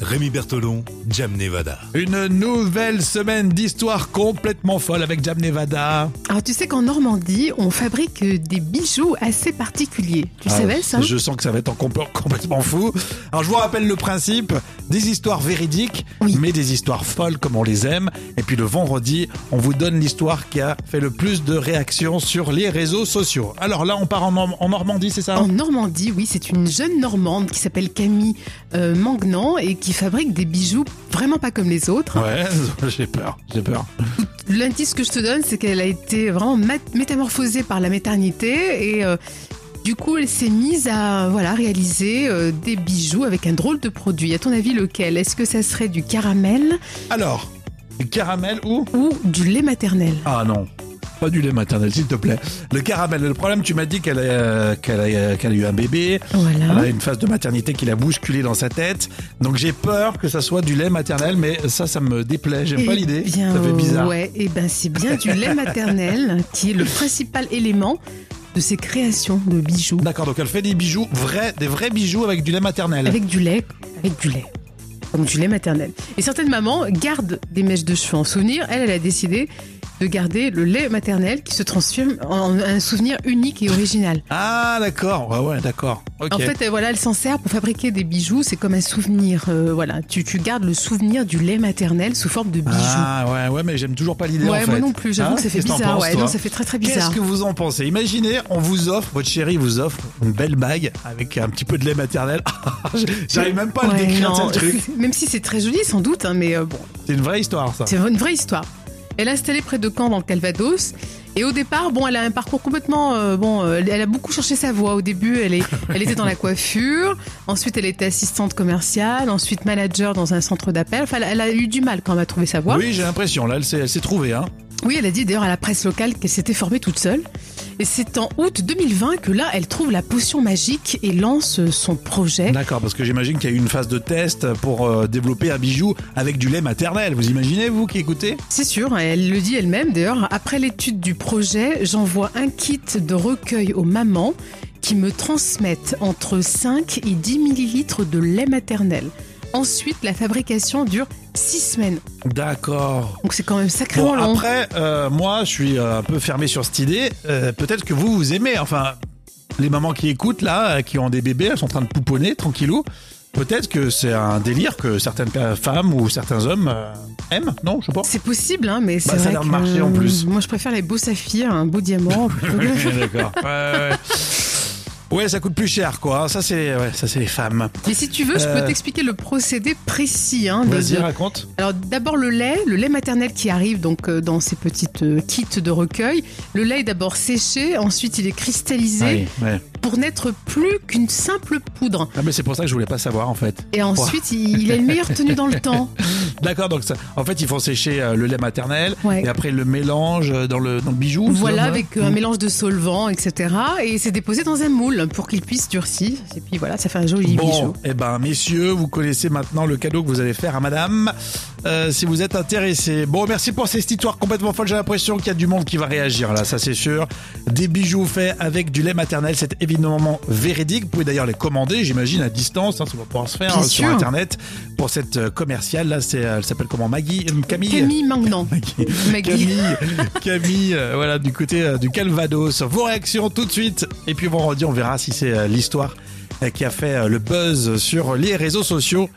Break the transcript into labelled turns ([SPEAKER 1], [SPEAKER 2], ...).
[SPEAKER 1] Rémi Bertolon, Jam Nevada.
[SPEAKER 2] Une nouvelle semaine d'histoire complètement folle avec Jam Nevada.
[SPEAKER 3] Alors tu sais qu'en Normandie, on fabrique euh, des bijoux assez particuliers. Tu
[SPEAKER 2] Ah
[SPEAKER 3] savais ça
[SPEAKER 2] Je sens que ça va être en compl- complètement fou. Alors je vous rappelle le principe, des histoires véridiques,
[SPEAKER 3] Oui.
[SPEAKER 2] mais des histoires folles comme on les aime. Et puis le vendredi, on vous donne l'histoire qui a fait le plus de réactions sur les réseaux sociaux. Alors là, on part en, Norm- en Normandie, c'est ça
[SPEAKER 3] En Normandie, oui, c'est une jeune Normande qui s'appelle Camille euh, Mangnant et qui fabrique des bijoux vraiment pas comme les autres.
[SPEAKER 2] Ouais, j'ai peur, j'ai peur.
[SPEAKER 3] L'indice que je te donne, c'est qu'elle a été vraiment mat- métamorphosée par la maternité et euh, du coup, elle s'est mise à voilà réaliser euh, des bijoux avec un drôle de produit. À ton avis, lequel Est-ce que ça serait du caramel
[SPEAKER 2] Alors, du caramel ou
[SPEAKER 3] ou du lait maternel
[SPEAKER 2] Ah non, pas du lait maternel, s'il te plaît. Le caramel, le problème, tu m'as dit qu'elle a, euh, qu'elle a, euh, qu'elle a eu un bébé.
[SPEAKER 3] Voilà.
[SPEAKER 2] Elle a une phase de maternité qui l'a bousculé dans sa tête. Donc j'ai peur que ça soit du lait maternel, mais ça, ça me déplaît. J'aime
[SPEAKER 3] Eh
[SPEAKER 2] pas l'idée.
[SPEAKER 3] bien,
[SPEAKER 2] Ça fait bizarre.
[SPEAKER 3] Ouais, et ben c'est bien du lait maternel qui est le principal élément de ces créations de bijoux
[SPEAKER 2] D'accord, donc elle fait des bijoux vrais, des vrais bijoux avec du lait maternel.
[SPEAKER 3] avec du lait, avec du lait. Donc du lait maternel. Et certaines mamans gardent des mèches de cheveux en souvenir. Elle, elle a décidé de garder le lait maternel qui se transforme en un souvenir unique et original.
[SPEAKER 2] Ah d'accord, ouais, ouais, d'accord. Ok.
[SPEAKER 3] En fait, euh, voilà, elle s'en sert pour fabriquer des bijoux. C'est comme un souvenir. euh, voilà, tu, tu gardes le souvenir du lait maternel sous forme de bijoux.
[SPEAKER 2] ah ouais, ouais, mais j'aime toujours pas l'idée.
[SPEAKER 3] ouais,
[SPEAKER 2] en fait.
[SPEAKER 3] moi non plus. J'avoue
[SPEAKER 2] Hein
[SPEAKER 3] que ça fait
[SPEAKER 2] Qu'est-ce t'en
[SPEAKER 3] bizarre.
[SPEAKER 2] penses,
[SPEAKER 3] ouais,
[SPEAKER 2] toi
[SPEAKER 3] non, ça fait très très
[SPEAKER 2] Qu'est-ce
[SPEAKER 3] bizarre.
[SPEAKER 2] que vous en pensez Imaginez, on vous offre, votre chérie vous offre une belle bague avec un petit peu de lait maternel. J'arrive même pas à le
[SPEAKER 3] Ouais,
[SPEAKER 2] décrire,
[SPEAKER 3] non,
[SPEAKER 2] ce truc.
[SPEAKER 3] c'est- Même si c'est très joli sans doute, hein, mais euh, bon,
[SPEAKER 2] C'est une vraie histoire, ça.
[SPEAKER 3] c'est une vraie histoire. Elle est installée près de Caen dans le Calvados. Et au départ, bon, elle a un parcours complètement, euh, bon, euh, elle a beaucoup cherché sa voix. Au début, elle, est, elle était dans la coiffure. Ensuite, elle était assistante commerciale. Ensuite, manager dans un centre d'appel. Enfin, elle a- elle a eu du mal quand même à trouver sa voix.
[SPEAKER 2] Oui, j'ai l'impression. Là, elle s'est elle s'est trouvée. Hein.
[SPEAKER 3] Oui, elle a dit d'ailleurs à la presse locale qu'elle s'était formée toute seule. Et c'est en août 2020 que là, elle trouve la potion magique et lance son projet.
[SPEAKER 2] D'accord, parce que j'imagine qu'il y a eu une phase de test pour euh, développer un bijou avec du lait maternel. Vous imaginez, vous qui écoutez
[SPEAKER 3] C'est sûr, hein, elle le dit elle-même. D'ailleurs, après l'étude du projet, j'envoie un kit de recueil aux mamans qui me transmettent entre 5 et 10 millilitres de lait maternel. Ensuite, la fabrication dure 6 semaines.
[SPEAKER 2] D'accord.
[SPEAKER 3] Donc c'est quand même sacrément
[SPEAKER 2] Bon,
[SPEAKER 3] long.
[SPEAKER 2] après, euh, moi, je suis euh, un peu fermé sur cette idée. Euh, Peut-être que vous, vous aimez. Enfin, les mamans qui écoutent, là, euh, qui ont des bébés, elles sont en train de pouponner, tranquillou. Peut-être que c'est un délire que certaines euh, femmes ou certains hommes euh, aiment, non Je sais pas.
[SPEAKER 3] C'est possible, hein, mais c'est
[SPEAKER 2] Bah, ça a
[SPEAKER 3] vrai
[SPEAKER 2] l'air de
[SPEAKER 3] que,
[SPEAKER 2] marcher en plus.
[SPEAKER 3] Moi, je préfère les beaux saphirs, un beau diamant. plutôt que-
[SPEAKER 2] Oui, D'accord. Ouais, ouais. Ouais, ça coûte plus cher, quoi. Ça, c'est ouais, ça, c'est les femmes.
[SPEAKER 3] Mais si tu veux, je
[SPEAKER 2] Euh.
[SPEAKER 3] peux t'expliquer le procédé précis. Hein, de-
[SPEAKER 2] Vas-y,
[SPEAKER 3] de-
[SPEAKER 2] raconte.
[SPEAKER 3] Alors d'abord le lait, le lait maternel qui arrive donc euh, dans ces petites euh, kits de recueil. Le lait est d'abord séché, ensuite il est cristallisé
[SPEAKER 2] Ah Oui, ouais.
[SPEAKER 3] pour n'être plus qu'une simple poudre.
[SPEAKER 2] Ah, mais c'est pour ça que je voulais pas savoir, en fait.
[SPEAKER 3] Et ensuite il, il a une meilleure tenue dans le temps.
[SPEAKER 2] D'accord, donc ça, en fait, ils font sécher euh, le lait maternel
[SPEAKER 3] Ouais.
[SPEAKER 2] et après ils le mélange dans le, dans le bijou. c'est
[SPEAKER 3] Voilà
[SPEAKER 2] ça,
[SPEAKER 3] avec
[SPEAKER 2] ouais
[SPEAKER 3] euh, un mélange de solvant, etc. Et c'est déposé dans un moule pour qu'il puisse durcir. Et puis voilà, ça fait un joli
[SPEAKER 2] Bon,
[SPEAKER 3] bijou.
[SPEAKER 2] eh ben messieurs, vous connaissez maintenant le cadeau que vous allez faire à madame euh, si vous êtes intéressé. Bon, merci pour cette histoire complètement folle. J'ai l'impression qu'il y a du monde qui va réagir là, ça c'est sûr. Des bijoux faits avec du lait maternel, c'est évidemment véridique. Vous pouvez d'ailleurs les commander, j'imagine, à distance. Hein, ça va pouvoir se faire
[SPEAKER 3] Bien
[SPEAKER 2] euh, sur
[SPEAKER 3] sûr.
[SPEAKER 2] Internet. Pour cette euh, commerciale, là, c'est, euh, elle s'appelle comment Maggie euh,
[SPEAKER 3] Camille Mangnant.
[SPEAKER 2] Maggie.
[SPEAKER 3] Maggie.
[SPEAKER 2] Camille, Camille, euh, voilà, du côté euh, du Calvados. Vos réactions tout de suite. Et puis vendredi, on verra si c'est euh, l'histoire euh, qui a fait euh, le buzz sur les réseaux sociaux.